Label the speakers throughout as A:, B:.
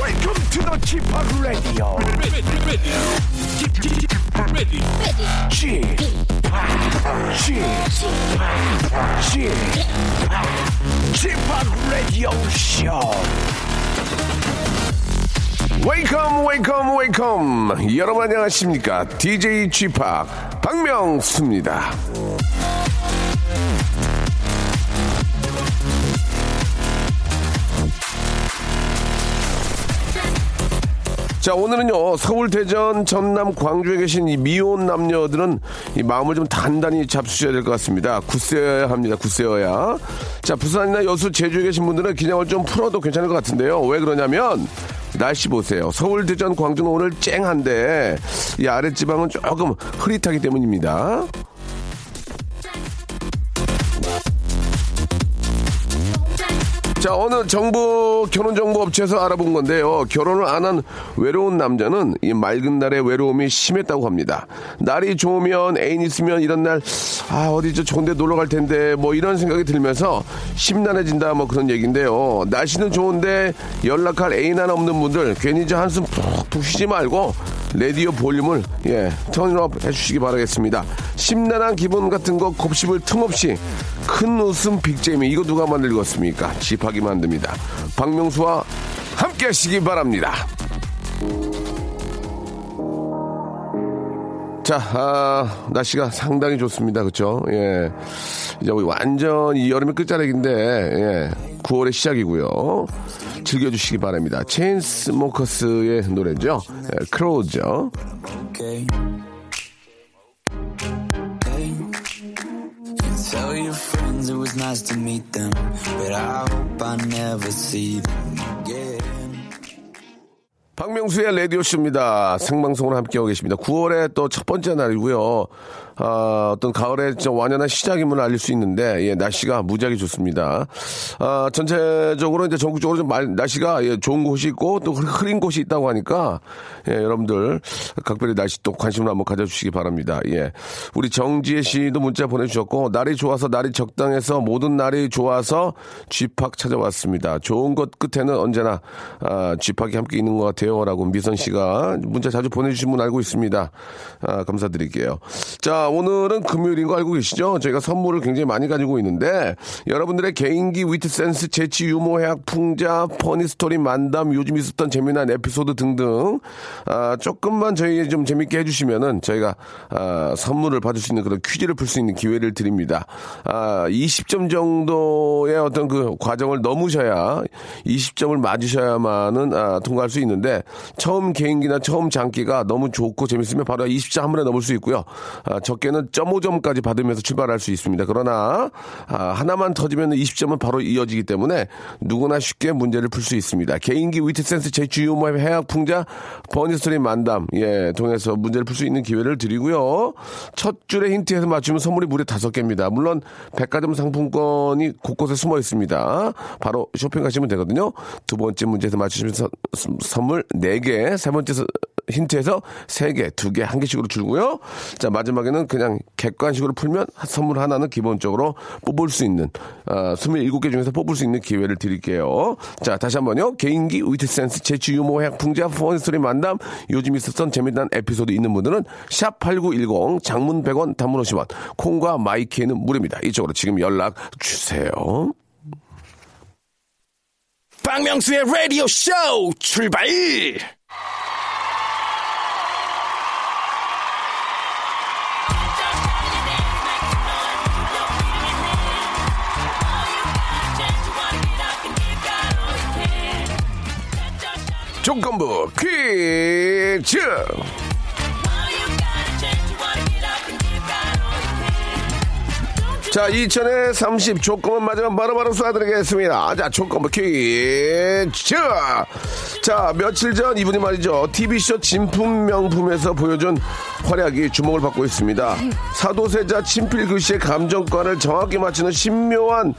A: Welcome to the g p o p Radio.
B: ready, ready, ready, ready,
A: g p o p g p o p g p o p Radio Show. Welcome, welcome, welcome. 여러분 안녕하십니까? DJ g p o p 박명수입니다. 자 오늘은요 서울 대전 전남 광주에 계신 이 미혼 남녀들은 이 마음을 좀 단단히 잡수셔야 될 것 같습니다 굳세어야 합니다 굳세어야 자 부산이나 여수 제주에 계신 분들은 기냥을 좀 풀어도 괜찮을 것 같은데요 왜 그러냐면 날씨 보세요 서울 대전 광주는 오늘 쨍한데 이 아랫지방은 조금 흐릿하기 때문입니다 자, 어느 정보 결혼 정보 업체에서 알아본 건데요. 결혼을 안 한 외로운 남자는 이 맑은 날의 외로움이 심했다고 합니다. 날이 좋으면 애인 있으면 이런 날, 아, 어디 저 좋은데 놀러 갈 텐데 뭐 이런 생각이 들면서 심란해진다 뭐 그런 얘기인데요. 날씨는 좋은데 연락할 애인 하나 없는 분들 괜히 저 한숨 푹푹 쉬지 말고 라디오 볼륨을 예, 턴업 해주시기 바라겠습니다. 심란한 기분 같은 거 곱씹을 틈 없이 큰 웃음 빅재미 이거 누가 만들었습니까? 집하기 만듭니다. 박명수와 함께 하시기 바랍니다. 자, 아, 날씨가 상당히 좋습니다. 그쵸? 예. 이제 우리 완전 이 여름의 끝자락인데, 예. 9월의 시작이고요. 즐겨주시기 바랍니다. 체인스모커스의 노래죠. 예, 크로우죠.
C: okay. Hey. You tell your friends it was nice to meet them, but I hope I never see them again.
A: 박명수의 라디오쇼입니다. 생방송으로 함께하고 계십니다. 9월의 또 첫 번째 날이고요. 아, 어떤 가을의 좀 완연한 시작임을 알릴 수 있는데, 예, 날씨가 무지하게 좋습니다. 아, 전체적으로 이제 전국적으로 좀 말- 날씨가 예, 좋은 곳이 있고 또 흐- 흐린 곳이 있다고 하니까, 예, 여러분들 각별히 날씨 또 관심을 한번 가져주시기 바랍니다. 예. 우리 정지혜 씨도 문자 보내주셨고, 날이 좋아서 날이 적당해서 모든 날이 좋아서 쥐팍 찾아왔습니다. 좋은 것 끝에는 언제나 아, 쥐팍이 함께 있는 것 같아요. 라고 미선 씨가 문자 자주 보내주신 분 알고 있습니다. 아, 감사드릴게요. 자, 오늘은 금요일인 거 알고 계시죠? 저희가 선물을 굉장히 많이 가지고 있는데 여러분들의 개인기, 위트센스, 재치, 유머, 해학, 풍자, 퍼니스토리, 만담, 요즘 있었던 재미난 에피소드 등등 아, 조금만 저희 좀 재밌게 해주시면은 저희가 아, 선물을 받을 수 있는 그런 퀴즈를 풀 수 있는 기회를 드립니다. 아, 20점 정도의 어떤 그 과정을 넘으셔야 20점을 맞으셔야만은 아, 통과할 수 있는데 처음 개인기나 처음 장기가 너무 좋고 재밌으면 바로 20점 한 번에 넘을 수 있고요. 아, 적게는 0.5점까지 받으면서 출발할 수 있습니다. 그러나 아, 하나만 터지면 20점은 바로 이어지기 때문에 누구나 쉽게 문제를 풀 수 있습니다. 개인기 위트센스 제주 유머 해학 풍자 버니스토리 만담 예 통해서 문제를 풀 수 있는 기회를 드리고요. 첫 줄의 힌트에서 맞추면 선물이 무려 다섯 개입니다. 물론 백화점 상품권이 곳곳에 숨어 있습니다. 바로 쇼핑 가시면 되거든요. 두 번째 문제에서 맞추시면 선- 선- 선물 네 개, 세 번째 서- 힌트에서 세 개, 두 개, 한 개씩으로 줄고요. 자 마지막에는 그냥 객관식으로 풀면 선물 하나는 기본적으로 뽑을 수 있는 아, 27개 중에서 뽑을 수 있는 기회를 드릴게요. 자 다시 한번요. 개인기 위트센스 재치 유머 해학 풍자 포원스토리 만담 요즘 있었던 재미난 에피소드 있는 분들은 샵 8910 장문 100원 단문 50원 콩과 마이키에는 무료입니다. 이쪽으로 지금 연락 주세요.
D: 박명수의 라디오 쇼 출발!
A: 조건부 퀴즈 자, 2000에 30 조건만 맞으면 바로바로 쏴드리겠습니다. 자, 조건부 뭐 퀴즈! 자, 며칠 전 이분이 말이죠. TV쇼 진품 명품에서 보여준 활약이 주목을 받고 있습니다. 사도세자 친필 글씨의 감정과를 정확히 맞추는 신묘한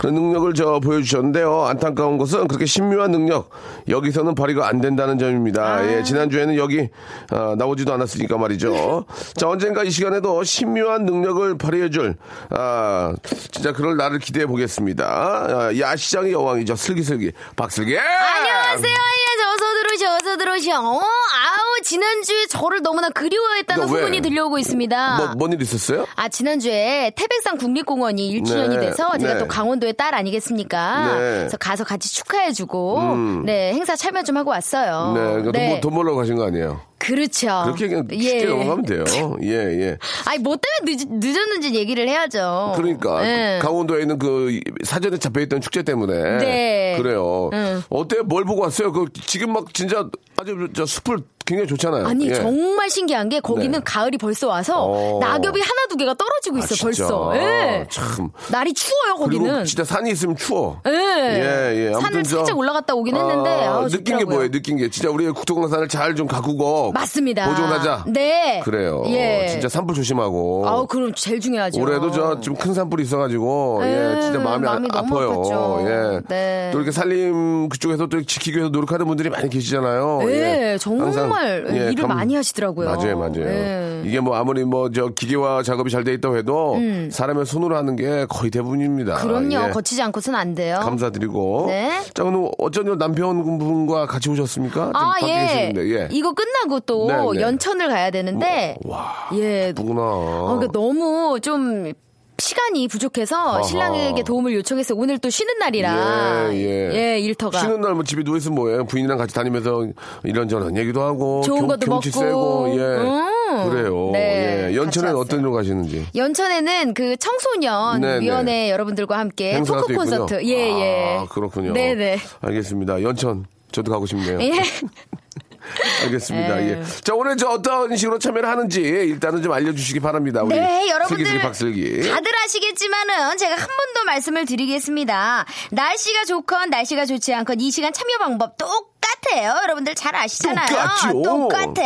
A: 그런 능력을 저 보여주셨는데요. 안타까운 것은 그렇게 신묘한 능력 여기서는 발휘가 안 된다는 점입니다.
E: 아.
A: 예, 지난주에는 여기 아, 나오지도 않았으니까 말이죠. 자, 언젠가 이 시간에도 신묘한 능력을 발휘해줄 아, 진짜 그럴 날을 기대해 보겠습니다. 아, 야시장의 여왕이죠. 슬기슬기 박슬기.
E: 안녕하세요. 예, 저 어서 들어오셔, 어서 들어오셔. 어, 아우, 지난주에 저를 너무나 그리워했다는
A: 너 그러니까 왜?
E: 후문이 들려오고 있습니다.
A: 뭐뭔일 있었어요?
E: 아, 지난주에 태백산 국립공원이 1주년이
A: 네,
E: 돼서 제가
A: 네.
E: 또 강원도의 딸 아니겠습니까?
A: 네. 음.
E: 그래서 가서 같이 축하해주고, 네, 행사 참여 좀 하고 왔어요.
A: 네, 그러니까 돈, 벌- 돈 벌러 가신 거 아니에요?
E: 그렇죠.
A: 그렇게 그냥 쉽게 넘어가면 돼요. 예, 예.
E: 아니, 뭐 때문에 늦, 늦었는지 얘기를 해야죠.
A: 그러니까
E: 네.
A: 그 강원도에 있는 그 사전에 잡혀있던 축제 때문에
E: 네.
A: 그래요.
E: 응.
A: 어때요? 뭘 보고 왔어요? 그 지금 막 진짜 아주 저 숲을 굉장히 좋잖아요.
E: 아니
A: 예.
E: 정말 신기한 게 거기는
A: 네.
E: 가을이 벌써 와서
A: 어.
E: 낙엽이 하나 두 개가 떨어지고
A: 아,
E: 있어 요
A: 진짜. 아,
E: 벌써. 예.
A: 참.
E: 날이 추워요
A: 그리고
E: 거기는.
A: 진짜 산이 있으면 추워.
E: 예.
A: 예, 예. 아무튼
E: 산을
A: 저-
E: 살짝 올라갔다 오긴 했는데
A: 아,
E: 아우,
A: 느낀 게
E: 좋더라고요.
A: 뭐예요? 느낀 게 진짜 우리 국토공사를 잘 좀 가꾸고
E: 맞습니다.
A: 보존하자.
E: 네.
A: 그래요.
E: 예.
A: 진짜 산불 조심하고.
E: 아우 그럼 제일 중요하죠.
A: 올해도 저 좀 큰 산불이 있어가지고 예
E: 네,
A: 진짜 마음이, 아-
E: 그렇죠. 마음이 너무
A: 아파요.
E: 아팠죠.
A: 예.
E: 네.
A: 또 이렇게 살림 그쪽에서 또 지키기 위해서 노력하는 분들이 많이 계시잖아요.
E: 네,
A: 예.
E: 정말 일을 많이 하시더라고요.
A: 맞아요, 맞아요.
E: 네.
A: 이게 뭐 아무리 뭐 저 기계화 작업이 잘 돼 있다고 해도 사람의 손으로 하는 게 거의 대부분입니다.
E: 음. 그럼요.
A: 예.
E: 거치지 않고선 안 돼요.
A: 감사드리고.
E: 네.
A: 자, 오늘 어쩐요 남편분과 같이 오셨습니까? 지금
E: 아,
A: 밖에
E: 예.
A: 계시는데, 예.
E: 이거 끝나고 또
A: 네, 네.
E: 연천을 가야 되는데,
A: 와.
E: 예.
A: 바쁘구나.
E: 어, 그러니까 너무 좀 시간이 부족해서 신랑에게 도움을 요청해서 오늘 또 쉬는 날이라
A: 예, 예.
E: 일터가
A: 쉬는 날 뭐 집에 누워 있으면 뭐예요? 부인이랑 같이 다니면서 이런저런 얘기도 하고
E: 좋은
A: 경-
E: 것도
A: 경치
E: 먹고.
A: 쐬고 예
E: 음.
A: 그래요.
E: 네,
A: 예. 연천에는
E: 같이 왔어요.
A: 어떤 일로 가시는지
E: 연천에는 그 청소년
A: 네, 네.
E: 위원회 여러분들과 함께
A: 행사가
E: 토크
A: 또 있군요.
E: 예, 콘서트 예예
A: 아 그렇군요.
E: 네네
A: 알겠습니다. 연천 저도 가고 싶네요.
E: 예.
A: 알겠습니다.
E: 에휴.
A: 예. 자 오늘 저 어떤 식으로 참여를 하는지 일단은 좀 알려주시기 바랍니다. 우리
E: 네, 여러분들
A: 슬기슬기 박슬기.
E: 다들 아시겠지만은 제가 한 번 더 말씀을 드리겠습니다. 날씨가 좋건 날씨가 좋지 않건 이 시간 참여 방법 똑같아요. 여러분들 잘 아시잖아요.
A: 똑같죠.
E: 똑같아.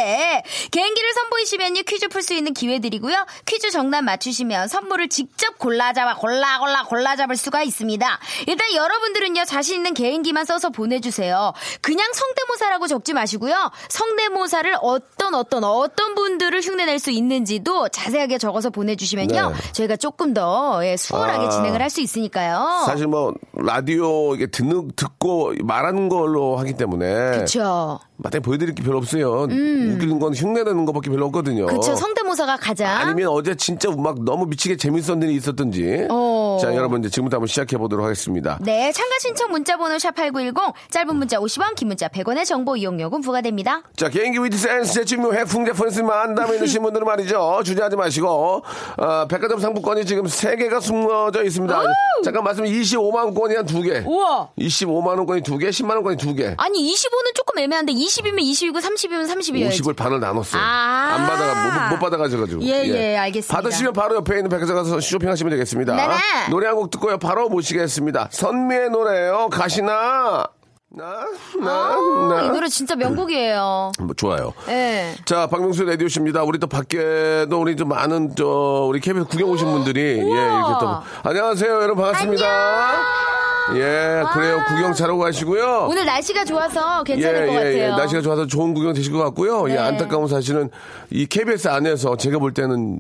E: 개인기를 선보이시면요 퀴즈 풀 수 있는 기회 드리고요. 퀴즈 정답 맞추시면 선물을 직접 골라 잡아 골라 골라 골라 잡을 수가 있습니다. 일단 여러분들은요 자신 있는 개인기만 써서 보내주세요. 그냥 성대모사라고 적지 마시고요. 성대모사를 어떤 어떤 어떤 분들을 흉내낼 수 있는지도 자세하게 적어서 보내주시면요
A: 네.
E: 저희가 조금 더 예, 수월하게
A: 아.
E: 진행을 할 수 있으니까요.
A: 사실 뭐 라디오 이게 듣는 듣고 말하는 걸로 하기 때문에
E: 그렇죠.
A: 마땅히 보여드릴 게 별로 없어요. 웃기는 건 흉내내는 것밖에 별로 없거든요.
E: 음. 그렇죠. 성대모사가 가장
A: 아니면 어제 진짜 막 너무 미치게 재밌었던 일이 있었든지.
E: 어.
A: 자, 여러분 이제 지금부터 한번 시작해 보도록 하겠습니다.
E: 네, 참가 신청 문자 번호 샵8910 짧은 문자 50원, 긴 문자 100원의 정보 이용료금 부과됩니다.
A: 자, 개인기 위드 센스 제출묘 해풍제 펀스만 남에 있는 분들은 말이죠. 주저하지 마시고 어, 백화점 상품권이 지금 세개가 숨어져 있습니다. 잠깐 말씀 25만 원권이 한 두개
E: 우와.
A: 25만 원권이 두개 10만 원권이 두개
E: 아니 25는 조금 애매한데 20이면 20이고 30이면 30이어야지.
A: 50을 반을 나눴어요.
E: 예. 아.
A: 안 받아가 못, 못 받아가지고.
E: 예, 예, 알겠습니다.
A: 받으시면 바로 옆에 있는 백화점 가서 쇼핑하시면 되겠습니다.
E: 네네.
A: 노래 한 곡 듣고요. 바로 모시겠습니다. 선미의 노래예요. 가시나
E: 아, 이
A: 나나나
E: 노래 진짜 명곡이에요.
A: 뭐 좋아요.
E: 예.
A: 자, 박명수 라디오 씨입니다. 우리 또 밖에도 우리 좀 많은 저 우리 KBS 구경 오신 분들이 예, 이렇게 또 안녕하세요. 여러분 반갑습니다. 예, 그래요. 구경 잘하고 가시고요.
E: 오늘 날씨가 좋아서 괜찮을 것 같아요.
A: 예, 날씨가 좋아서 좋은 구경 되실 것 같고요. 예,
E: 네.
A: 안타까운 사실은 이 KBS 안에서 제가 볼 때는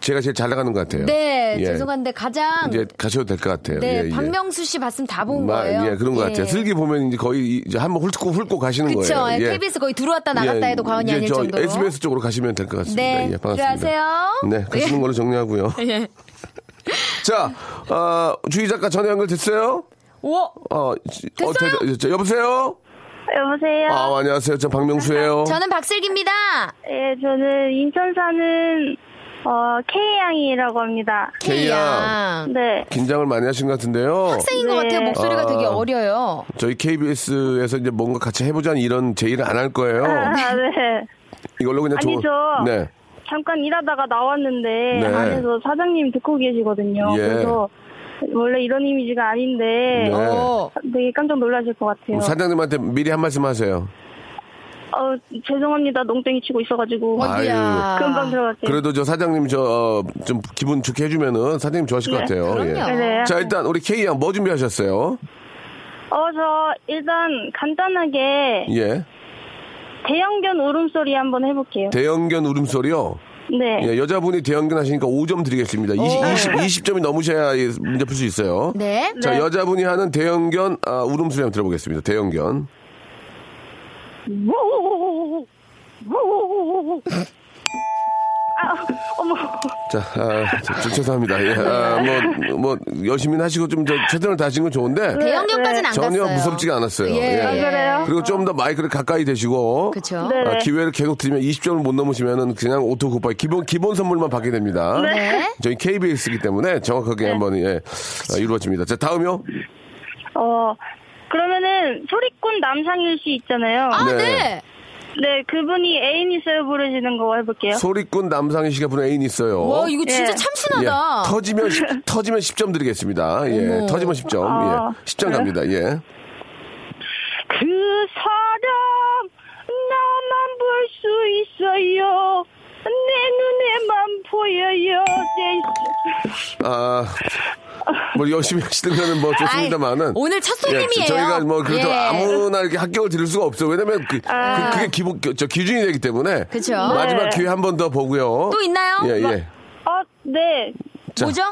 A: 제가 제일 잘 나가는 것 같아요.
E: 네,
A: 예.
E: 죄송한데 가장
A: 이제 가셔도 될 것 같아요.
E: 네,
A: 예, 예.
E: 박명수 씨 봤으면 다 본
A: 마-
E: 거예요.
A: 예, 그런 것 같아요. 슬기 보면 이제 거의 이제 한번 훑고 훑고 가시는
E: 그쵸.
A: 거예요. 예.
E: KBS 거의 들어왔다 나갔다
A: 예,
E: 해도 과언이
A: 이제
E: 아닐
A: 저
E: 정도로.
A: SBS 쪽으로 가시면 될 것 같습니다.
E: 네,
A: 예, 반갑습니다.
E: 들어가세요. 네.
A: 네, 가시는 걸로 정리하고요.
E: 예.
A: 자, 어, 주희 작가 전화 연결 됐어요?
E: 오,
A: 어, 지- 어, 됐- 저- 여보세요?
F: 여보세요.
A: 아, 안녕하세요. 저 박명수예요.
E: 네. 아, 저는 박슬기입니다.
F: 예, 저는 인천 사는 어, K 양이라고 합니다.
A: K야.
E: 그냥
F: 네.
A: 긴장을 많이 하신 것 같은데요.
E: 학생인 것
F: 네.
E: 같아요. 목소리가
A: 아.
E: 되게 어려요.
A: 저희 KBS에서 이제 뭔가 같이 해보자는 이런 제의를 안 할 거예요.
F: 아, 네.
A: 이걸로 그냥 조-
F: 아니죠.
A: 네.
F: 잠깐 일하다가 나왔는데
A: 네.
F: 안에서 사장님 듣고 계시거든요.
A: 예.
F: 그래서 원래 이런 이미지가 아닌데
A: 네.
E: 어.
A: 뭐
F: 되게 깜짝 놀라실 것 같아요.
A: 사장님한테 미리 한 말씀 하세요.
F: 어, 어, 죄송합니다. 농땡이 치고 있어가지고.
E: 어디야.
F: 금방 들어갈게요.
A: 그래도 저 사장님 저 좀 기분 좋게 해주면은 사장님 좋아하실 것 같아요. 예.
E: 그럼요.
F: 네.
A: 자 일단 우리 K 양 뭐 준비하셨어요?
F: 어, 저 일단 간단하게
A: 예.
F: 대형견 울음소리 한번 해볼게요.
A: 대형견 울음소리요.
F: 네.
A: 예, 여자분이 대형견 하시니까 5점 드리겠습니다. 20, 20, 점이 넘으셔야 이 문제 풀 수 있어요.
E: 네.
A: 자
F: 네.
A: 여자분이 하는 대형견 아, 울음소리 한번 들어보겠습니다. 대형견.
F: 우우우우우우. 우우우우우우. 아, 어머.
A: 자, 아, 저- 저 죄송합니다. 예, 아, 뭐, 뭐, 열심히 하시고 좀 저 최선을 다하신 건 좋은데.
E: 대형견까지는 네, 안
A: 전혀
E: 갔어요.
A: 무섭지가 않았어요. 예.
F: 아, 그래요?
A: 그리고 좀 더 마이크를 가까이 대시고.
E: 그쵸.
F: 네.
A: 아, 기회를 계속 드리면 20점을 못 넘으시면은 그냥 오토 굿바이 기본 기본 선물만 받게 됩니다.
E: 네.
A: 저희 KBS이기 때문에 정확하게 한번 예, 아, 이루어집니다. 자 다음요.
F: 어, 그러면은 소리꾼 남상일 씨 있잖아요.
E: 아,
A: 네.
E: 네.
F: 네, 그분이 애인 있어요 부르시는 거 해볼게요.
A: 소리꾼 남상희 씨가 부른 애인 있어요.
E: 네. 와, 이거 진짜
F: 예.
E: 참신하다.
A: 예, 터지면 10, 터지면 10점 드리겠습니다. 예,
E: 어머.
A: 터지면 10점.
F: 아,
A: 예, 10점 갑니다. 예.
F: 그 사람 나만 볼 수 있어요. 내 눈에만 보여요. 네, 내...
A: 아, 뭐 열심히 하시는 거는 뭐 좋습니다만은.
E: 아이, 오늘 첫 손님이에요.
A: 예, 저희가 뭐 그래도
E: 예.
A: 아무나 이렇게 합격을 드릴 수가 없어요. 왜냐면 그,
F: 아.
A: 게 기본 저 기준이 되기 때문에.
E: 그쵸.
A: 마지막
F: 네.
A: 기회 한 번 더 보고요.
E: 또 있나요?
A: 예, 예.
F: 어, 네.
A: 자.
E: 뭐죠?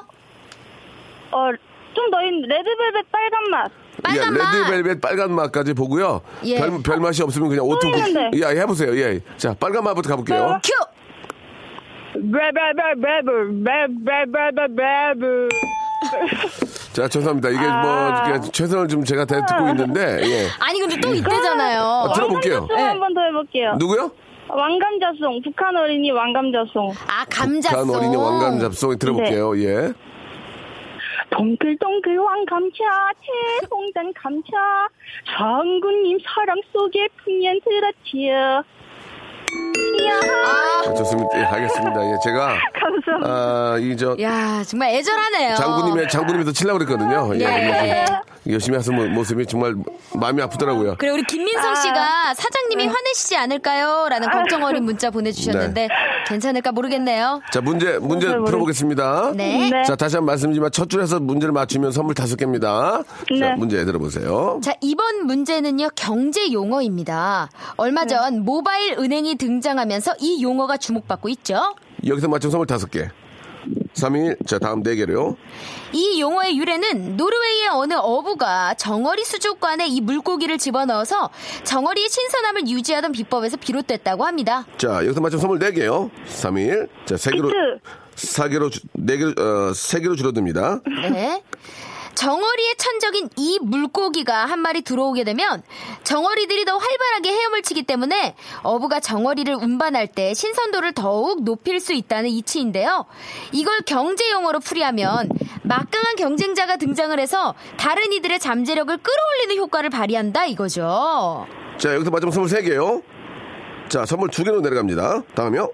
F: 어, 좀 더 있는 레드벨벳 빨간 맛.
E: 빨간
A: 예,
E: 맛.
A: 레드벨벳 빨간 맛까지 보고요.
E: 예.
A: 별, 별 맛이 없으면 그냥 오토.
F: 있는데.
A: 예, 해보세요. 예. 자, 빨간 맛부터 가볼게요.
E: 큐!
F: 레벨벨벨벨벨벨벨벨
A: 자, 죄송합니다. 이게 뭐, 이렇게 최선을 좀 제가 다 듣고 있는데, 예.
E: 아니, 근데 또 이때잖아요.
A: 아, 들어볼게요.
F: 왕감자송 한 번 더 해볼게요.
A: 누구요?
F: 왕감자송. 북한 어린이 왕감자송.
E: 아, 감자송.
A: 간그 어린이 왕감 잡송 들어볼게요. 예.
F: 동글동글 왕감자, 대홍단 감자, 장군님 사랑 속에 풍년 들었지요. 이야,
A: 아, 좋습니다. 예, 알겠습니다. 예, 제가,
F: 감사합니다.
A: 아, 이, 저,
E: 야, 정말 애절하네요.
A: 장군님의, 장군님이 더 치려고 그랬거든요. 예.
E: 예.
A: 열심히, 열심히 하신 모습이 정말 마음이 아프더라고요.
E: 그래 우리 김민성 씨가
F: 네.
E: 사장님이 화내시지 않을까요? 라는 걱정 어린 문자 보내주셨는데
A: 네.
E: 괜찮을까 모르겠네요.
A: 자, 문제, 문제 풀어보겠습니다.
E: 네.
F: 네.
A: 자, 다시 한 번 말씀드리지만 첫 줄에서 문제를 맞추면 선물 다섯 개입니다. 자,
F: 네.
A: 문제 들어보세요.
E: 자, 이번 문제는요, 경제 용어입니다. 얼마 전 모바일 은행이 등장하면서 이 용어가 주목받고 있죠.
A: 여기서 맞춘 선물 다섯 개. 3일. 자, 다음 네 개로요.
E: 이 용어의 유래는 노르웨이의 어느 어부가 정어리 수족관에 이 물고기를 집어넣어서 정어리의 신선함을 유지하던 비법에서 비롯됐다고 합니다.
A: 자, 여기서 맞춘 선물 네개요 3일. 자, 세개로
F: 비트.
A: 4개로, 주- 네개로 어, 3개로 줄어듭니다.
E: 네. 정어리의 천적인 이 물고기가 한 마리 들어오게 되면 정어리들이 더 활발하게 헤엄을 치기 때문에 어부가 정어리를 운반할 때 신선도를 더욱 높일 수 있다는 이치인데요. 이걸 경제 용어로 풀이하면 막강한 경쟁자가 등장을 해서 다른 이들의 잠재력을 끌어올리는 효과를 발휘한다 이거죠.
A: 자, 여기서 맞으면 선물 세개요 자, 선물 두개로 내려갑니다. 다음이요.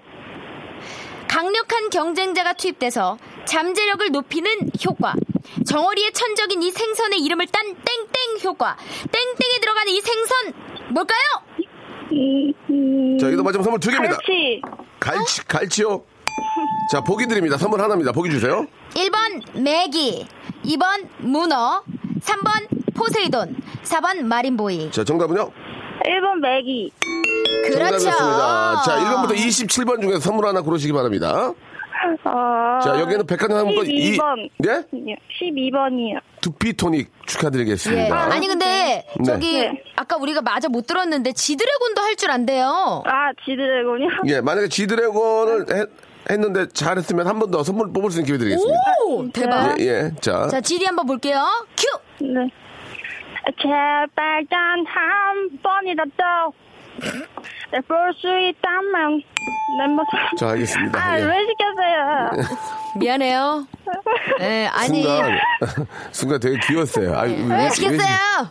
E: 강력한 경쟁자가 투입돼서 잠재력을 높이는 효과. 정어리의 천적인 이 생선의 이름을 딴 땡땡 효과. 땡땡에 들어가는 이 생선 뭘까요?
F: 음, 음,
A: 자, 여기서 맞으면 선물 두개입니다
F: 갈치.
A: 갈치, 갈치요. 자, 보기 드립니다. 선물 하나입니다. 보기 주세요.
E: 1번 메기, 2번 문어, 3번 포세이돈, 4번 마린보이.
A: 자, 정답은요?
F: 1번 메기.
E: 그렇죠.
A: 정답이었습니다. 자, 1번부터 27번 중에서 선물 하나 고르시기 바랍니다.
F: 어,
A: 자, 여기는 백화점 상품권
F: 12번. 네,
A: 이- 예?
F: 12번이요.
A: 두피 토닉
E: 예.
A: 축하드리겠습니다.
E: 아니 근데
A: 네.
E: 저기
F: 네.
E: 아까 우리가 마저 못 들었는데 지드래곤도 할 줄 안돼요.
F: 아, 지드래곤이요?
A: 예, 만약에 지드래곤을 했, 했는데 잘했으면 한 번 더 선물 뽑을 수 있는 기회 드리겠습니다.
E: 오 대박.
A: 예, 예. 자,
E: 자 지디 한번 볼게요. 큐.
F: 네. 제발 단 한 번이라도 네, 볼수 있다면 내모습
A: 자, 알겠습니다.
F: 아,
A: 예.
F: 왜 시켰어요?
E: 미안해요. 예, 아니.
A: 순간, 순간 되게 귀여웠어요. 아,
E: 왜 시켰어요?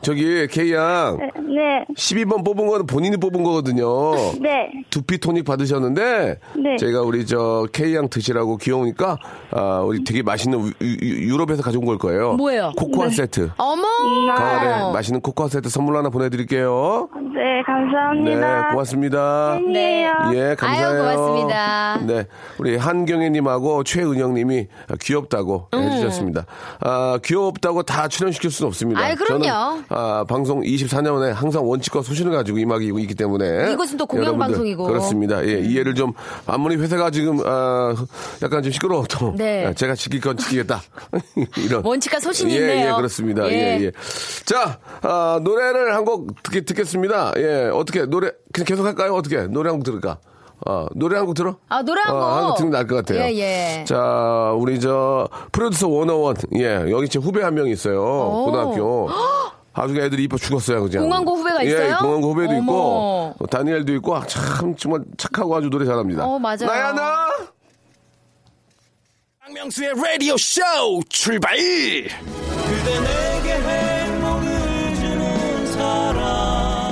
A: 저기, K양,
F: 네,
A: 12번 뽑은 건 본인이 뽑은 거거든요.
F: 네.
A: 두피 토닉 받으셨는데
F: 네.
A: 제가 우리 저 K양 드시라고 귀여우니까 아, 우리 되게 맛있는 우- 유- 유럽에서 가져온 걸 거예요.
F: 네.
E: 뭐예요?
A: 코코아 세트.
E: 어머.
A: 가을에 맛있는 코코아 세트 선물 하나 보내드릴게요.
F: 네, 감사합니다.
A: 네, 고맙습니다.
F: 팬이에요.
A: 예, 감사해요.
E: 아유, 고맙습니다.
A: 네, 우리 한경혜님하고 최은영님이 귀엽다고
E: 음.
A: 해주셨습니다. 아, 귀엽다고 다 출연시킬 수는 없습니다.
E: 아이, 그럼요.
A: 저는, 아, 방송 24년에 항상 원칙과 소신을 가지고 임하기 있기 때문에
E: 이것은 또 공영
A: 여러분들,
E: 방송이고. 음.
A: 그렇습니다. 예, 이해를 좀 아무리 회사가 지금 아, 약간 좀 시끄러워도
E: 네.
A: 아, 제가 지킬 건 지키겠다 이런
E: 원칙과 소신이
A: 예,
E: 있네요.
A: 예, 그렇습니다. 예,
E: 예.
A: 예. 자, 아, 노래를 한 곡 듣겠습니다. 예, 어떻게, 노래, 그냥 계속 할까요? 어떻게, 노래 한 곡 들을까? 아, 노래 한 곡 들어?
E: 아, 노래 한 곡.
A: 아, 한곡 들으면 나을 것 같아요.
E: 예, 예.
A: 자, 우리 저, 프로듀서 101. 예, 여기 제 후배 한 명 있어요. 고등학교. 아주 애들이 이뻐 죽었어요, 그냥.
E: 공항고 후배가
A: 예,
E: 있어요?
A: 공항고 후배도
E: 어머.
A: 있고, 다니엘도 있고, 아, 참, 정말 착하고 아주 노래 잘합니다.
E: 어, 맞아요.
A: 나야, 나!
D: 박명수의 라디오 쇼 출발!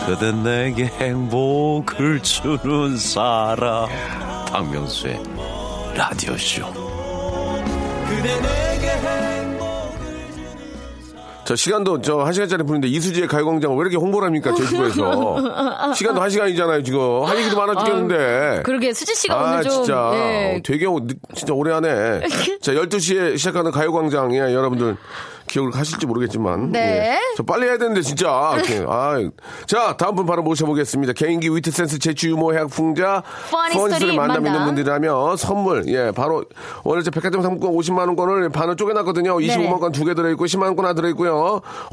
D: 그대 내게 행복을 주는 사람. 박명수의 라디오 쇼.
A: 저 시간도 저 한 시간짜리 푸는데 이수지의 가요광장 왜 이렇게 홍보를 합니까 제주도에서 시간도 한 시간이잖아요 지금 할 얘기도 많아 죽겠는데
E: 그러게 수지 씨가
A: 아
E: 오늘 좀
A: 진짜 어,
E: 예.
A: 되게 오- 늦- 진짜 오래 하네 자 12시에 시작하는 가요광장 예 여러분들 기억을 하실지 모르겠지만
E: 네.
A: 예. 저 빨리 해야 되는데 진짜 이렇게. 아이. 자 다음 분 바로 모셔보겠습니다 개인기 위트센스 재치 유머 해학 풍자
E: Funny
A: 를
E: story
A: 만남 있는
E: 만남.
A: 분들이라면 선물 예 바로 오늘 저 백화점 상품권 50만 원권을 반을 쪼개놨거든요
E: 네.
A: 25만 원 두 개 들어있고 10만 원권 하나 들어있고요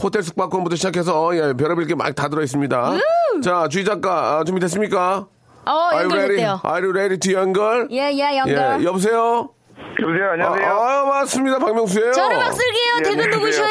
A: 호텔 숙박권부터 시작해서 예 별의별 게 막 다 들어있습니다 자 주희 작가 아, 준비됐습니까?
E: 어
A: Are you ready?
E: 연결됐대요.
A: Are you ready to 연결?
E: 예예 연결.
A: 예, 여보세요?
G: 여보세요, 안녕하세요.
A: 아, 아, 맞습니다. 박명수예요
E: 저를 막 쓸게요.
G: 예,
E: 대근
G: 안녕히
E: 누구셔요?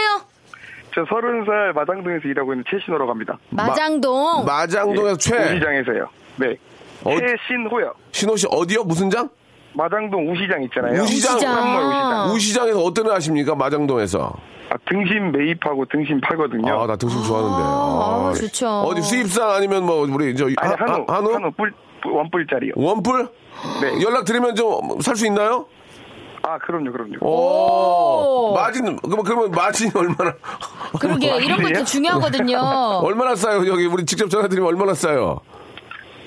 G: 저 서른 살 마장동에서 일하고 있는 최신호라고 합니다.
E: 마장동.
A: 마장동에서 최.
G: 예, 우시장에서요. 네.
A: 어-
G: 최신호요.
A: 신호 씨 어디요? 무슨 장?
G: 마장동 우시장 있잖아요.
A: 우시장. 우시장.
G: 한번 우시장.
A: 우시장에서 어떤 애 하십니까? 마장동에서.
G: 아, 등심 매입하고 등심 팔거든요.
A: 아, 나 등심 좋아하는데.
E: 아,
A: 아.
E: 좋죠.
A: 어디 수입상 아니면 뭐 우리 저
G: 아니,
A: 하-
G: 한우.
A: 하- 한우?
G: 한우 뿔, 뿔- 원뿔짜리요.
A: 원뿔?
G: 네.
A: 연락 드리면 좀 살 수 있나요?
G: 아, 그럼요, 그럼요.
A: 어. 오.
E: 오.
A: 마진 그러면 그러면 마진 얼마나 예?
E: 그러게 이런 것도
G: 맞네요?
E: 중요하거든요.
A: 얼마나 싸요? 여기 우리 직접 전화 드리면 얼마나 싸요?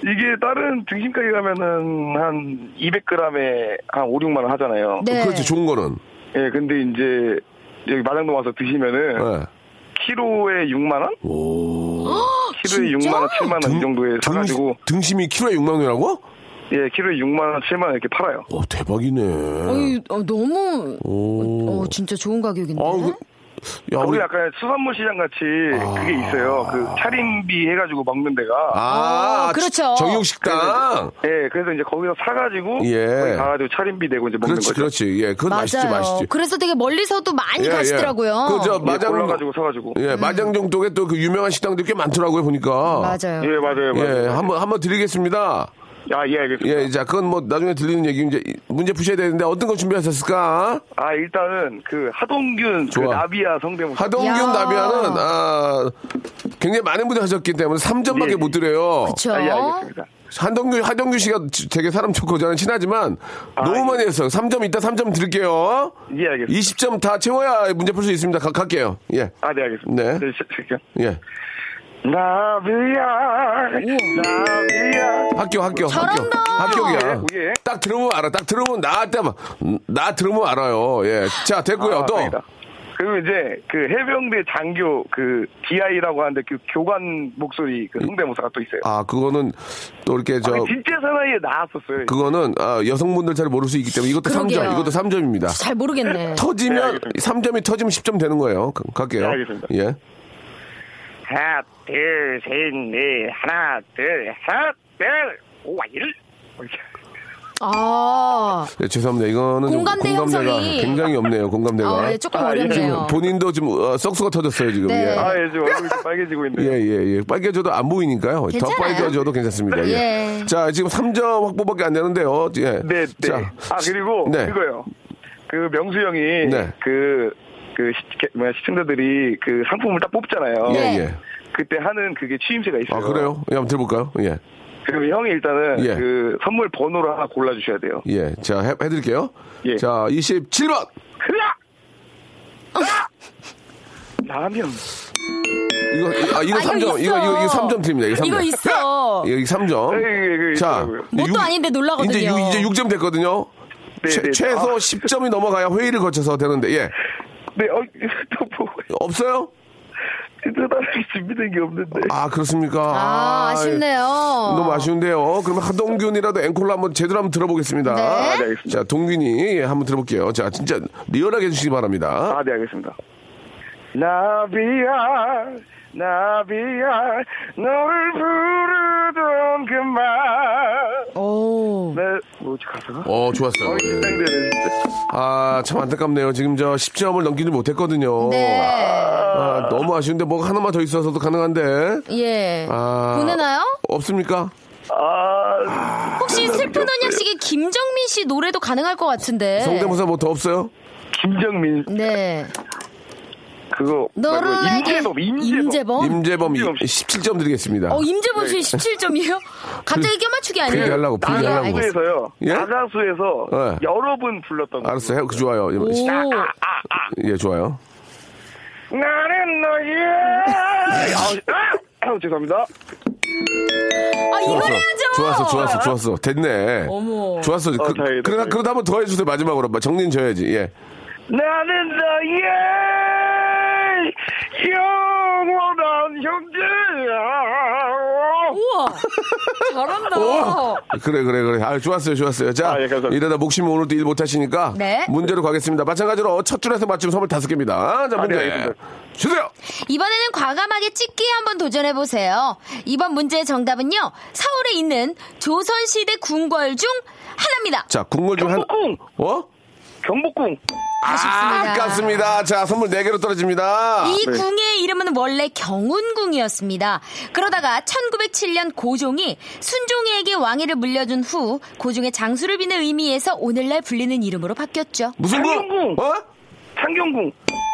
G: 이게 다른 등심 가게 가면은 한 200g에 한 5, 6만 원 하잖아요.
E: 네.
A: 어, 그렇지 좋은 거는.
G: 예, 근데 이제 여기 마장동 와서 드시면은
A: 네.
G: 키로에 6만 원? 키로에
E: 진짜?
G: 6만 원, 7만 원 이 정도에
A: 등-
G: 사가지고
A: 등심이 킬로에 6만 원이라고?
G: 예, 키로에 6만 원, 7만 원 이렇게 팔아요.
A: 어 대박이네.
E: 어이, 어, 너무
A: 예. 오.
E: 어, 진짜 좋은 가격인데.
A: 아, 그, 야,
G: 우리
A: 우리,
G: 약간 수산물 시장 같이 그게 있어요. 그 차림비 해가지고 먹는 데가.
A: 아,
E: 어, 그렇죠.
A: 정육 식당.
G: 예, 그래서 이제 거기서 사가지고
A: 예.
G: 거기 가가지고 차림비 내고 이제 먹는
A: 그렇지,
G: 거죠.
A: 그렇지. 예, 그건
E: 맞아요.
A: 맛있지, 맛있지.
E: 그래서 되게 멀리서도 많이
A: 예,
E: 가시더라고요.
A: 예. 그저 마장
G: 골라가지고 사가지고.
A: 예, 마장동 쪽에 또 그 유명한 식당들 꽤 많더라고요 보니까.
E: 음. 맞아요.
G: 예, 맞아요, 맞아요.
A: 예, 한번 한번 드리겠습니다.
G: 아, 예, 알겠습니다.
A: 예, 자, 그건 뭐 나중에 들리는 얘기 이제 문제 푸셔야 되는데 어떤 거 준비하셨을까?
G: 아, 일단은 그 하동균 그
A: 좋아.
G: 나비야 성대모사.
A: 하동균
E: 야.
A: 나비아는 아, 굉장히 많은 분들 하셨기 때문에 3점밖에
G: 예.
A: 못 드려요.
E: 그렇죠.
G: 아, 예, 알겠습니다.
A: 한동규, 하동규 씨가 지- 되게 사람 좋고 저는 친하지만 너무
G: 예.
A: 많이 했어요. 3점 이따 3점 드릴게요.
G: 예, 알겠습니다.
A: 20점 다 채워야 문제 풀 수 있습니다. 가, 갈게요. 예.
G: 아, 네, 알겠습니다.
A: 네.
G: 시작할게요.
A: 예.
G: 나비야, 나비야.
A: 합격, 합격, 합격.
E: 잘한다.
A: 합격이야.
G: 예, 예.
A: 딱 들으면 알아. 딱 들으면 나한테 막, 나 들으면 알아요. 예. 자, 됐고요.
G: 아,
A: 또.
G: 다행이다. 그리고 이제 그 해병대 장교 그 DI라고 하는데 그 교관 목소리 그 성대모사가 또 있어요.
A: 아, 그거는 또 이렇게 저.
G: 아, 진짜 사나이에 나왔었어요.
A: 그거는 아, 여성분들 잘 모를 수 있기 때문에 이것도
E: 그러게요.
A: 3점, 이것도 3점입니다.
E: 잘
A: 예,
E: 모르겠네.
G: 네,
A: 터지면
G: 알겠습니다.
A: 3점이 터지면 10점 되는 거예요. 가- 갈게요.
G: 네, 알겠습니다.
A: 예.
G: 하나, 둘, 셋, 넷, 하나, 둘, 하나, 둘, 오, 일.
E: 아,
A: 네, 죄송합니다. 이거는 좀
E: 공감대
A: 공감대가
E: 형성이-
A: 굉장히 없네요. 공감대가.
E: 아, 예, 조금
G: 아, 예.
E: 어렵네요.
G: 지금
A: 본인도 지금 어, 썩수가 터졌어요 지금.
E: 네.
G: 아, 예, 지금 얼굴이 좀 빨개지고
A: 예. 예,
G: 있네요.
A: 예, 예. 빨개져도 안 보이니까요.
E: 괜찮아요.
A: 더 빨개져도 괜찮습니다. 예.
E: 예.
A: 자, 지금 3점 확보밖에 안 되는데요. 예.
G: 네, 네.
A: 자,
G: 아, 그리고
A: 네.
G: 그거요. 그 명수 형이
A: 네.
G: 그, 그, 시, 게- 뭐야, 시청자들이 그 상품을 딱 뽑잖아요.
A: 예,
E: 네.
A: 예.
G: 그때 하는 그게 취임새가 있어요.
A: 아, 그래요? 예, 한번 들어볼까요? 예.
G: 그럼 형이 일단은
A: 예.
G: 그 선물 번호를 하나 골라주셔야 돼요.
A: 예. 자, 해, 해드릴게요.
G: 예.
A: 자, 27번!
G: 흐라! 아! 라면.
A: 이거 아, 이거
E: 아,
A: 삼 점
E: 있어.
A: 이거 이거 이거 3점 드립니다. 이거 3점.
E: 이거 있어.
A: 여기 3점.
G: 예, 예, 예,
A: 자,
G: 있더라고요.
E: 뭣도
A: 육-
E: 아닌데 놀라거든요.
A: 이제, 육- 이제 6점 됐거든요.
G: 네,
A: 최,
G: 네.
A: 최소
G: 아.
A: 10점이 넘어가야 회의를 거쳐서 되는데, 예.
G: 네, 어, 또 보고
A: 없어요?
G: 대단하게 준비된 게 없는데.
A: 아, 그렇습니까?
E: 아, 아쉽네요.
A: 너무 아쉬운데요. 그럼 한동균이라도 앵콜로 한번 제대로 한번 들어보겠습니다.
E: 네. 아,
G: 네, 알겠습니다.
A: 자, 동균이 예, 한번 들어볼게요. 자, 진짜 리얼하게 해주시기 바랍니다.
G: 아, 네, 알겠습니다. 나비야, 나비야, 너를 부르던 그 말.
E: 오.
G: 네, 뭐지, 가사가?
A: 어, 좋았어요.
G: 거의
A: 예.
G: 긴장되네, 진짜.
A: 아, 참 안타깝네요. 지금 저 10점을 넘기지 못했거든요.
E: 네.
A: 아, 너무 아쉬운데 뭐가 하나만 더 있어서도 가능한데.
E: 예.
A: 아.
E: 보내나요?
A: 없습니까?
G: 아,
E: 혹시 슬픈 언약식의 김정민 씨 노래도 가능할 것 같은데.
A: 성대모사 뭐 더 없어요?
G: 김정민,
E: 네.
G: 그거. 말고
E: 너를 알게-
G: 임재범, 임재범.
E: 임재범?
A: 임재범 이-
G: 임재범 씨.
A: 17점 드리겠습니다.
E: 어, 임재범 씨 17점이에요? 갑자기 껴맞추기 아니에요?
A: 얘기하려고, 그 얘기 하려고.
E: 알겠습니다.
G: 나가수에서요.
A: 예?
G: 나가수에서
A: 예.
G: 여러 분 불렀던 거.
A: 알았어요. 그 좋아요.
E: 오.
A: 예, 좋아요.
G: 나는 너의. 아우, 아우, 죄송합니다.
E: 아, 이걸 해야죠!
A: 좋았어, 좋았어, 좋았어. 됐네.
E: 어머.
A: 좋았어. 그, 러
G: 다행이다,
A: 다
G: 다행이다.
A: 그러다 한번 더 해주세요. 마지막으로. 정리는 져야지. 예.
G: 나는 너의 영원한 형제야.
E: 우와! 어. 잘한다.
A: 그래, 그래, 그래. 아, 좋았어요, 좋았어요. 자,
G: 아, 예, 감사합니다.
A: 이러다 목심이 오늘도 일 못하시니까.
E: 네.
A: 문제로 가겠습니다. 마찬가지로 첫 줄에서 맞춤 선물 다섯 개입니다. 자,
G: 아,
A: 문제.
G: 네, 알겠습니다.
A: 주세요!
E: 이번에는 과감하게 찍기에 한번 도전해보세요. 이번 문제의 정답은요, 서울에 있는 조선시대 궁궐 중 하나입니다.
A: 자, 국물 중 한.
G: 경복궁!
A: 어?
G: 경복궁!
A: 아,
E: 아쉽습니다.
A: 아깝습니다. 자, 선물 네개로 떨어집니다.
E: 이 궁의 이름은 원래 경운궁이었습니다. 그러다가 1907년 고종이 순종이에게 왕위를 물려준 후 고종의 장수를 비는 의미에서 오늘날 불리는 이름으로 바뀌었죠.
A: 무슨 궁?
G: 경복궁!
A: 어?
G: 창경궁!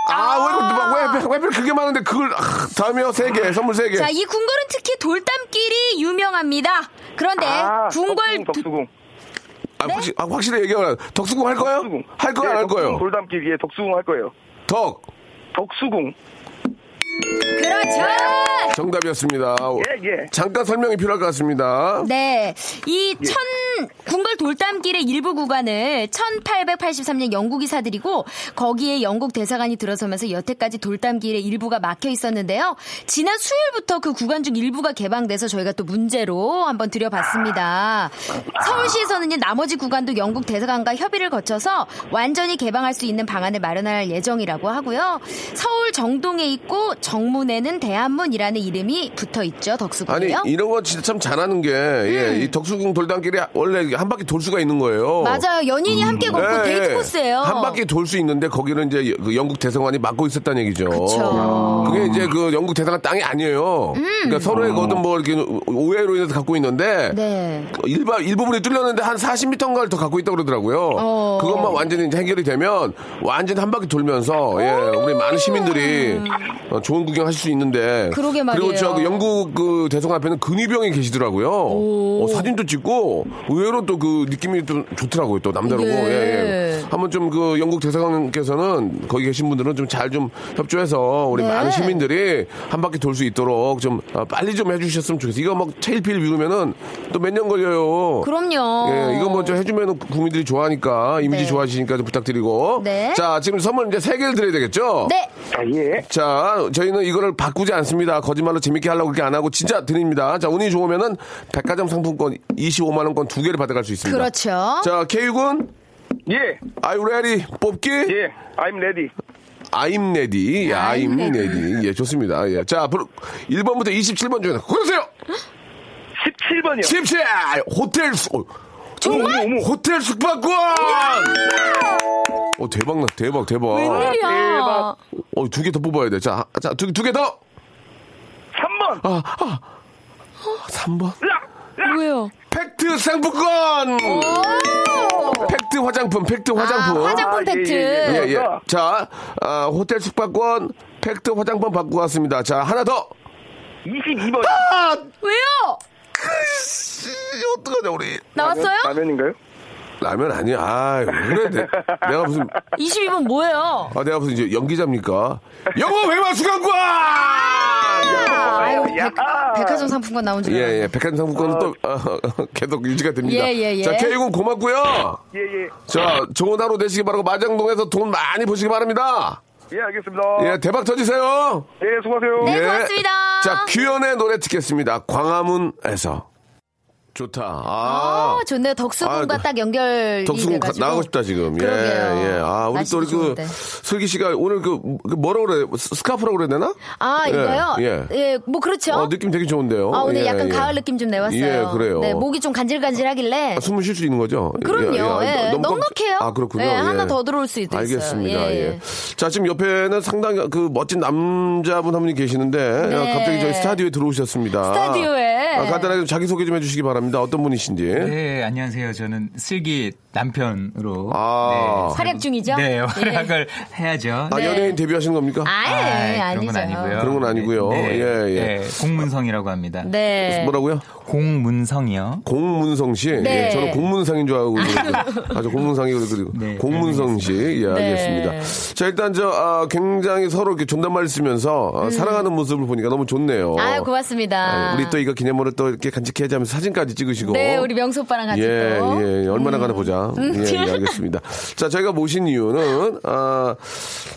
A: 아, 왜, 왜, 왜, 왜, 왜 그게 많은데 그걸. 아, 다음이요. 세 개, 선물 세 개.
E: 자, 이 궁궐은 특히 돌담길이 유명합니다. 그런데 네,
G: 아,
E: 궁궐
G: 덕수궁, 덕수궁.
E: 네.
A: 아, 확실, 아, 확실히 얘기하라. 덕수궁 할 거예요?
G: 덕수궁.
A: 할 거예요,
G: 네,
A: 안 할
G: 덕수궁
A: 거예요?
G: 돌담길 위에 덕수궁 할 거예요.
A: 덕.
G: 덕수궁.
E: 그렇죠.
A: 정답이었습니다.
G: 예, 예.
A: 잠깐 설명이 필요할 것 같습니다.
E: 네. 이 천, 궁궐 돌담길의 일부 구간을 1883년 영국이 사들이고 거기에 영국 대사관이 들어서면서 여태까지 돌담길의 일부가 막혀 있었는데요. 지난 수요일부터 그 구간 중 일부가 개방돼서 저희가 또 문제로 한번 드려봤습니다. 서울시에서는 나머지 구간도 영국 대사관과 협의를 거쳐서 완전히 개방할 수 있는 방안을 마련할 예정이라고 하고요. 서울 정동에 있고 정문에는 대한문이라는 이름이 붙어 있죠.
A: 아니
E: 덕수궁이요. 음.
A: 이런 거 진짜 참 잘하는 게, 예, 이 덕수궁 돌담길이 원래 한 바퀴 돌 수가 있는 거예요.
E: 맞아요. 연인이 함께 걷고
A: 예,
E: 데이트
A: 예.
E: 코스예요.
A: 한 바퀴 돌 수 있는데 거기는 이제 여- 그 영국 대사관이 막고 있었다는 얘기죠.
E: 그쵸. 음.
A: 게 이제 그 영국 대사관 땅이 아니에요. 그러니까 서로의 거든 뭐 이렇게 오해로 인해서 갖고 있는데
E: 네.
A: 일반 일부분이 뚫렸는데 한 40m인가를 더 갖고 있다고 그러더라고요.
E: 어.
A: 그것만 완전히 이제 해결이 되면 완전 히한 바퀴 돌면서 예, 우리 많은 시민들이 어, 좋은 구경하실 수 있는데
E: 그러게 말이에요.
A: 리고저 영국 그 대성 앞에는 근위병이 계시더라고요. 어, 사진도 찍고 의외로 또 그 느낌이 좀 좋더라고요. 또 남다르고
E: 네.
A: 예, 예. 한번 좀 그 영국 대사관께서는 거기 계신 분들은 좀 잘 좀 협조해서 우리
E: 네.
A: 많은 시민들이 한 바퀴 돌 수 있도록 좀 아, 빨리 좀 해주셨으면 좋겠어요. 이거 막 체일필 미루면은 또 몇 년 걸려요.
E: 그럼요.
A: 예, 이거 먼저 해주면 국민들이 좋아하니까 이미지
E: 네.
A: 좋아하시니까 좀 부탁드리고.
E: 네.
A: 자, 지금 선물 이제 세 개를 드려야 되겠죠?
E: 네.
G: 아, 예.
A: 자, 저희는 이거를 바꾸지 않습니다. 거짓말로 재밌게 하려고 그렇게 안 하고 진짜 드립니다. 자, 운이 좋으면은 백화점 상품권 25만 원권 두 개를 받아갈 수 있습니다.
E: 그렇죠.
A: 자, K군
G: 예.
A: 아이 레디 뽑기
G: 예. I'm ready.
A: 아임 레디 아임
E: I'm
A: 레디 예 좋습니다 예. 자 부르- 1번부터 27번 중에 고르세요
G: 17번이요.
A: 17 호텔 숙 정말 호텔 숙박권 어 대박나 대박 대박
E: 웬일이야.
G: 아, 대박.
A: 어 두 개 더 뽑아야 돼자자두개더
G: 3번.
A: 아, 아. 3번
G: 으악! 으악!
E: 왜요?
A: 팩트 상품권 팩트 화장품 팩트 화장품
E: 아, 화장품
G: 아,
E: 팩트.
G: 예, 예,
A: 예, 예. 자, 아, 호텔 숙박권, 팩트 화장품 받고 왔습니다. 자, 하나 더.
E: 아,
G: 22번.
E: 왜요?
A: 씨, 어떡하냐, 우리.
E: 나왔어요?
G: 라면인가요?
A: 라면 아니야. 아, 왜 그래? 내, 내가 무슨
E: 22번 뭐예요?
A: 아, 내가 무슨 이제 연기자입니까? 영어 회화 수강권!
E: 아유, 백, 백화점 상품권 나온 줄 알았네.
A: 예, 예. 백화점 상품권은 또 어, 계속 유지가 됩니다.
E: 예, 예, 예.
A: 자, K군 고맙고요.
G: 예, 예.
A: 자, 좋은 하루 되시기 바라고 마장동에서 돈 많이 버시기 바랍니다.
G: 예, 알겠습니다.
A: 예, 대박 터지세요.
G: 예, 수고하세요.
E: 네,
A: 예.
E: 고맙습니다.
A: 자, 규현의 노래 듣겠습니다. 광화문에서. 좋다. 아.
E: 어, 좋네요. 덕수궁과
A: 아,
E: 딱 연결이
A: 덕수궁 가-
E: 돼가지고.
A: 나가고 싶다 지금.
E: 그러게요.
A: 예, 예. 아, 우리 또 우리
E: 날씨도
A: 그
E: 좋은데.
A: 슬기 씨가 오늘 그, 그 뭐라고 그래? 스- 스카프라고 그래야 되나?
E: 아,
A: 예,
E: 이거요?
A: 예.
E: 예. 뭐 그렇죠.
A: 어, 느낌 되게 좋은데요.
E: 아, 오늘
A: 예,
E: 약간
A: 예.
E: 가을 느낌 좀 내왔어요.
A: 예, 그래요.
E: 네, 목이 좀 간질간질하길래.
A: 아, 숨을 쉴 수 있는 거죠?
E: 그럼요.
A: 아, 너무
E: 예,
A: 깜-
E: 넉넉해요.
A: 아, 그렇군요.
E: 예,
A: 예.
E: 하나 더 들어올 수도 있어요.
A: 알겠습니다. 예,
E: 예, 예.
A: 자, 지금 옆에는 상당히 그 멋진 남자분 한 분이 계시는데 아,
E: 네.
A: 갑자기 저희 스타디오에 들어오셨습니다.
E: 스타디오에.
A: 아, 간단하게 좀 자기 소개 좀 해주시기 바랍니다. 어떤 분이신지.
H: 네, 안녕하세요. 저는 슬기 남편으로
A: 아.
H: 네,
E: 활약 중이죠?
H: 네,
E: 예.
H: 활약을 해야죠.
A: 아, 연예인 데뷔하신 겁니까?
E: 네. 아예 네,
H: 아이, 그런
E: 아니죠.
H: 건 아니고요.
A: 그런 건 아니고요. 예, 예.
H: 네, 공문성이라고 합니다.
E: 네.
A: 뭐라고요?
H: 공문성이요.
A: 공문성 씨.
E: 네.
A: 예, 저는 공문상인 줄 알고. 아주 공문상이 그리고
H: 네,
A: 공문성 씨.
E: 네.
A: 예, 알겠습니다. 자, 일단 저 아, 굉장히 서로 이렇게 존댓말 쓰면서 아, 사랑하는 모습을 보니까 너무 좋네요.
E: 음. 아유, 고맙습니다.
A: 뭐, 아, 우리 또 이거 기념으로 또 이렇게 간직해야지 하면서 사진까지 찍으시고.
E: 네, 우리 음. 명수 오빠랑 같이
A: 예,
E: 또.
A: 예, 얼마나 가나 보자. 예, 예, 알겠습니다. 자, 저희가 모신 이유는, 아,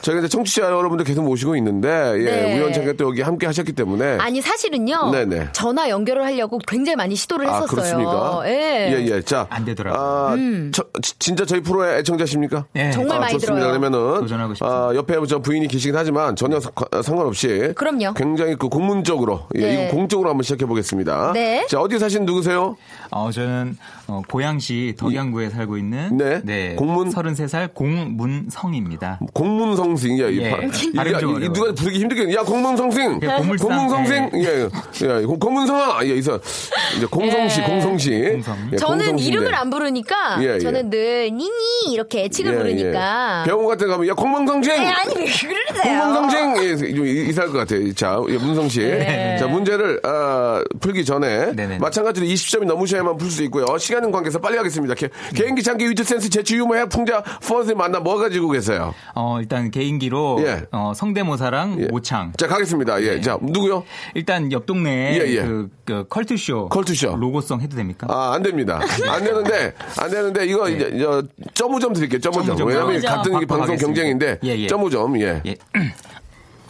A: 저희가 이제 청취자 여러분들 계속 모시고 있는데, 예,
E: 네.
A: 우연찮게 또 여기 함께 하셨기 때문에.
E: 음. 아니 사실은요.
A: 네네.
E: 전화 연결을 하려고 굉장히 많이 시도를
A: 아,
E: 했었어요.
A: 그렇습니까?
E: 예.
A: 예, 예. 자.
H: 안 되더라고요.
A: 아, 저- 지- 진짜 저희 프로의 애청자십니까?
H: 네,
E: 정말
A: 아,
E: 많이
A: 좋습니다.
E: 들어요.
A: 그러면은
H: 도전하고 싶습니다.
A: 아, 옆에 저 부인이 계시긴 하지만 전혀 사- 과- 상관없이
E: 그럼요.
A: 굉장히 그 공문적으로 예,
E: 네.
A: 이거 공적으로 한번 시작해 보겠습니다.
E: 네.
A: 자, 어디 사신 누구세요?
H: 어, 저는 어, 고양시 덕양구에 살고 있는
A: 네. 공문-
H: 33살 공문성입니다.
A: 공문성승. 예, 이
H: 예.
A: 바-
H: 발음
A: 야,
H: 좀
A: 이- 이
H: 어려워요.
A: 누가 부르기 힘들겠네. 야, 공문성승.
H: 예, 공물상.
A: 공문성승. 예. 예. 공- 공문성아. 예, 이서 이제 공성시, 공성시.
H: 공성.
A: 예,
E: 저는
A: 공성시인데.
E: 이름을 안 부르니까
A: 예, 예.
E: 저는 늘 니니 이렇게 애칭을
A: 예, 예.
E: 부르니까.
A: 병원 같은 데 가면 야, 공문성승.
E: 예, 아니 왜 그러세요?
A: 홍문성쟁 예, 좀 이- 이사할 것 같아요. 자, 예, 문성 씨.
E: 네.
A: 자, 문제를 아, 풀기 전에
H: 네네네.
A: 마찬가지로 20점이 넘으셔야만 풀 수 있고요. 시간은 관계해서 빨리 하겠습니다. 개, 개인기 장기 위트 센스 재치 유머 해풍자 퍼스에 만나 뭐 가지고 계세요?
H: 어, 일단 개인기로
A: 예.
H: 어, 성대모사랑
A: 예.
H: 모창. 네.
A: 자, 가겠습니다. 예. 자, 누구요?
H: 일단 옆 동네에
A: 예, 예.
H: 그, 그 컬투쇼
A: 컬투쇼.
H: 로고송 해도 됩니까?
A: 아, 안 됩니다. 안 되는데, 안 되는데, 이거, 이제, 저, 점오점 드릴게요, 점오점.
H: 네. 점오점.
A: 왜냐면
H: 점오점.
A: 같은 이게 방송
H: 바꿔가겠습니다.
A: 경쟁인데,
H: 예, 예.
A: 점오점, 예.
H: 예.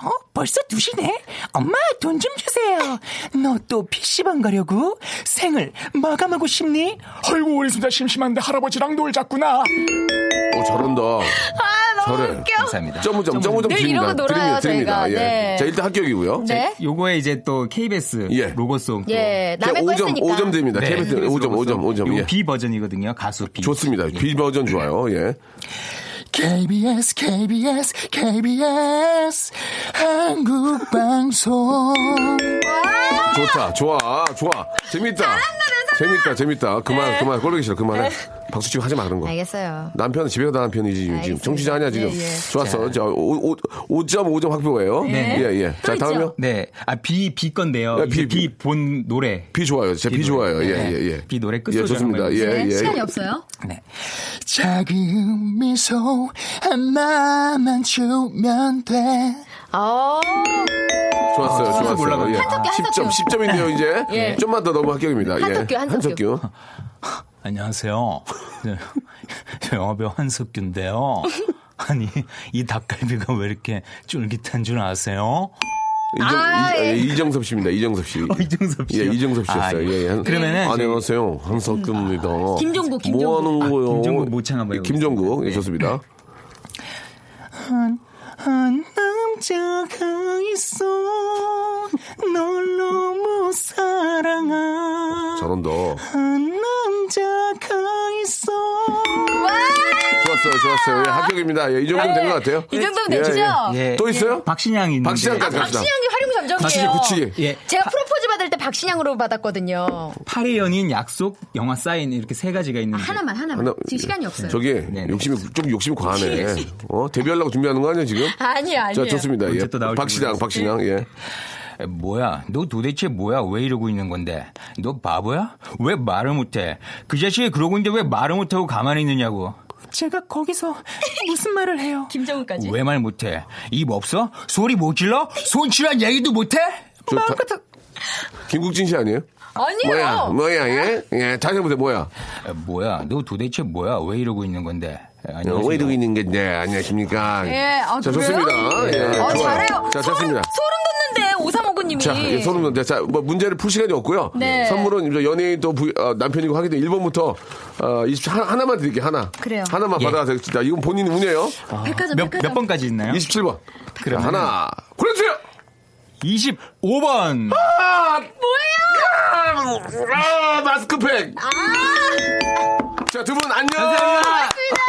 H: 어? 벌써 2시네? 엄마 돈 좀 주세요. 너 또 PC방 가려고? 생을 마감하고 싶니? 아이고 우리 둘다 심심한데 할아버지랑 놀자꾸나.
A: 오, 저런다. 아, 너무 저래.
E: 웃겨.
H: 감사합니다.
A: 점오점, 점오점
E: 늘
A: 드립니다.
E: 이러고 놀아요, 저희가.
A: 예.
E: 네.
A: 자, 일단 합격이고요.
E: 네.
H: 요거에 이제 또 KBS
A: 예.
H: 로고송. 또.
E: 예, 남의
A: 5점,
E: 거 했으니까.
A: 5점 드립니다.
H: 네,
A: KBS
H: KBS
A: 5점, 5점,
H: 로고송.
A: 5점.
H: 요거
A: 예.
H: B 버전이거든요. 가수 B. 예.
A: 좋습니다. B 버전 좋아요. 예.
H: KBS, KBS, KBS 한국 방송.
A: 좋다. 좋아. 좋아. 재밌다. 재밌다. 재밌다. 그만, 그만. 꼴보기 싫어. 그만해. 박수 치고 하지 마, 그런 거.
E: 네. 알겠어요.
A: 남편은 집에 가다 남편이지, 지금.
E: 알겠습니다.
A: 정치자 아니야, 지금.
E: 예, 예.
A: 좋았어. 자, 5, 5점, 5점 확보예요. 예, 예. 자,
E: 네. 또
A: 다음요.
E: 있죠?
H: 네, 아 B B 건데요.
A: 예,
H: 이제
A: B,
H: B 본 노래.
A: B 좋아요. 제 B
H: B
A: 좋아요. 예,
H: 노래.
A: 예, 예.
H: B 노래 끝
A: 예,
H: 소절
A: 좋습니다.
H: 한번
A: 예,
E: 네,
A: 예.
E: 시간이 없어요.
H: 네. 작은 미소 하나만 주면 돼.
E: 어.
A: 좋았어요. 좋았어요.
H: 올라가요.
A: 예.
E: 한석규, 한석규.
A: 10점, 10점인데요, 이제.
E: 예.
A: 좀만 더 넘어 합격입니다.
E: 한석규,
A: 예.
E: 한석규.
A: 한석규.
H: 안녕하세요. 네, 저 영화배우 한석규인데요. 아니 이 닭갈비가 왜 이렇게 쫄깃한 줄 아세요?
A: 이정,
E: 아,
A: 이,
E: 예.
A: 정섭 씨입니다. 이정섭 씨.
H: 어, 이정섭 씨요?
A: 예, 이정섭 씨였어요.
H: 아, 예.
A: 예. 예.
H: 그러면은 저희-
A: 안녕하세요. 한석규입니다.
E: 김종국,
A: 뭐 하는
H: 아,
A: 거요?
H: 김종국 모창 한번 해보겠습니다.
A: 김종국. 예,
H: 네.
A: 좋습니다.
H: 한 남자가 있어 널 너무 사랑한
A: 잘한다.
H: 한 남자가 있어
A: 좋았어요. 좋았어요. 예, 합격입니다. 예, 이 정도면 된 것 같아요.
E: 이 정도면
A: 예,
E: 되죠? 아,
A: 예. 또 있어요?
H: 박신양이 있는데
A: 박신양까지 갑시다.
E: 박신양이
A: 다시
E: 활용점정이에요.
A: 붙이기.
H: 예.
E: 제가 프로포즈 받을 때 박신양으로 받았거든요.
H: 8의 연인 약속 영화 사인 이렇게 세 가지가
E: 아,
H: 있는데
E: 하나만, 하나만.
A: 하나-
E: 지금 시간이 없어요. 아,
A: 저기
H: 네.
A: 욕심이 좀 욕심이 과하네. 어 데뷔하려고 준비하는 거 아니야 지금?
E: 아니요, 네. 아니요.
A: 자 좋습니다. 예.
H: 언제 또 나올지
A: 박신양,
H: 모르겠어요.
A: 박신양. 예.
H: 뭐야, 너 도대체 뭐야? 왜 이러고 있는 건데? 너 바보야? 왜 말을 못해? 그 자식이 그러고 있는데 왜 말을 못하고 가만히 있느냐고. 제가 거기서 무슨 말을 해요?
E: 김정은까지.
H: 왜 말 못해? 입 없어? 소리 못 질러? 손칠한 얘기도 못해?
A: 저 다-
H: 마음껏 하-
A: 김국진 씨 아니에요?
E: 아니요.
A: 뭐야, 뭐야, 예?
E: 아.
A: 예, 다시 한번 보세요, 뭐야.
H: 에, 뭐야, 너 도대체 뭐야? 왜 이러고 있는 건데? 에,
A: 야,
H: 안녕하세요.
A: 왜 이러고 어, 있는 게, 네, 안녕하십니까.
E: 예, 아,
A: 자,
E: 그래요?
A: 좋습니다. 예,
E: 어,
A: 좋아요.
E: 잘해요.
A: 자,
E: 소름,
A: 됐습니다.
E: 소름 돋는데,
A: 자,
E: 5359님이.
A: 예, 소름 돋네. 자, 뭐 문제를 풀 시간이 없고요.
E: 네.
A: 선물은 이제 연예인 또 부- 어, 남편이고 하기 때문에 1번부터 어, 20, 하나, 하나만 드릴게요, 하나.
E: 그래요.
A: 하나만
H: 예.
A: 받아가 되겠습니다. 이건 본인 운이에요.
E: 백화점,
H: 몇,
E: 백화점.
H: 몇 번까지 있나요?
A: 27번.
H: 그러면은-
A: 하나, 골라주세요!
H: 25번!
A: 아, 마스크팩! 자, 두 분 안녕!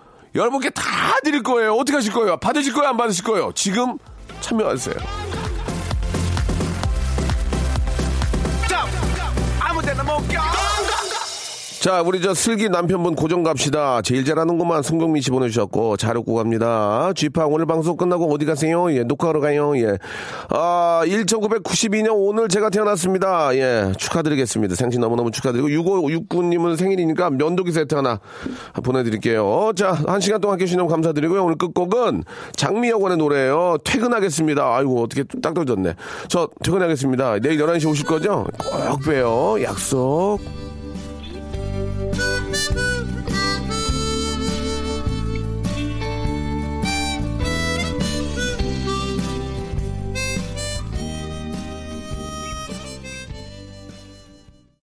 A: 여러분께 다 드릴 거예요. 어떻게 하실 거예요? 받으실 거예요? 안 받으실 거예요? 지금 참여하세요. 자, 우리 저 슬기 남편분 고정 갑시다. 제일 잘하는구만 송경민 씨 보내주셨고, 잘 웃고 갑니다. 쥐팡 오늘 방송 끝나고 어디 가세요? 예, 녹화하러 가요. 예. 아, 1992년 오늘 제가 태어났습니다. 예, 축하드리겠습니다. 생신 너무너무 축하드리고, 6569님은 생일이니까 면도기 세트 하나 보내드릴게요. 자, 한 시간 동안 함께 해주시면 감사드리고요. 오늘 끝곡은 장미여관의 노래예요. 퇴근하겠습니다. 아이고, 어떻게 딱 떨어졌네. 저 퇴근하겠습니다. 내일 11시 오실 거죠? 꼭 봬요. 약속.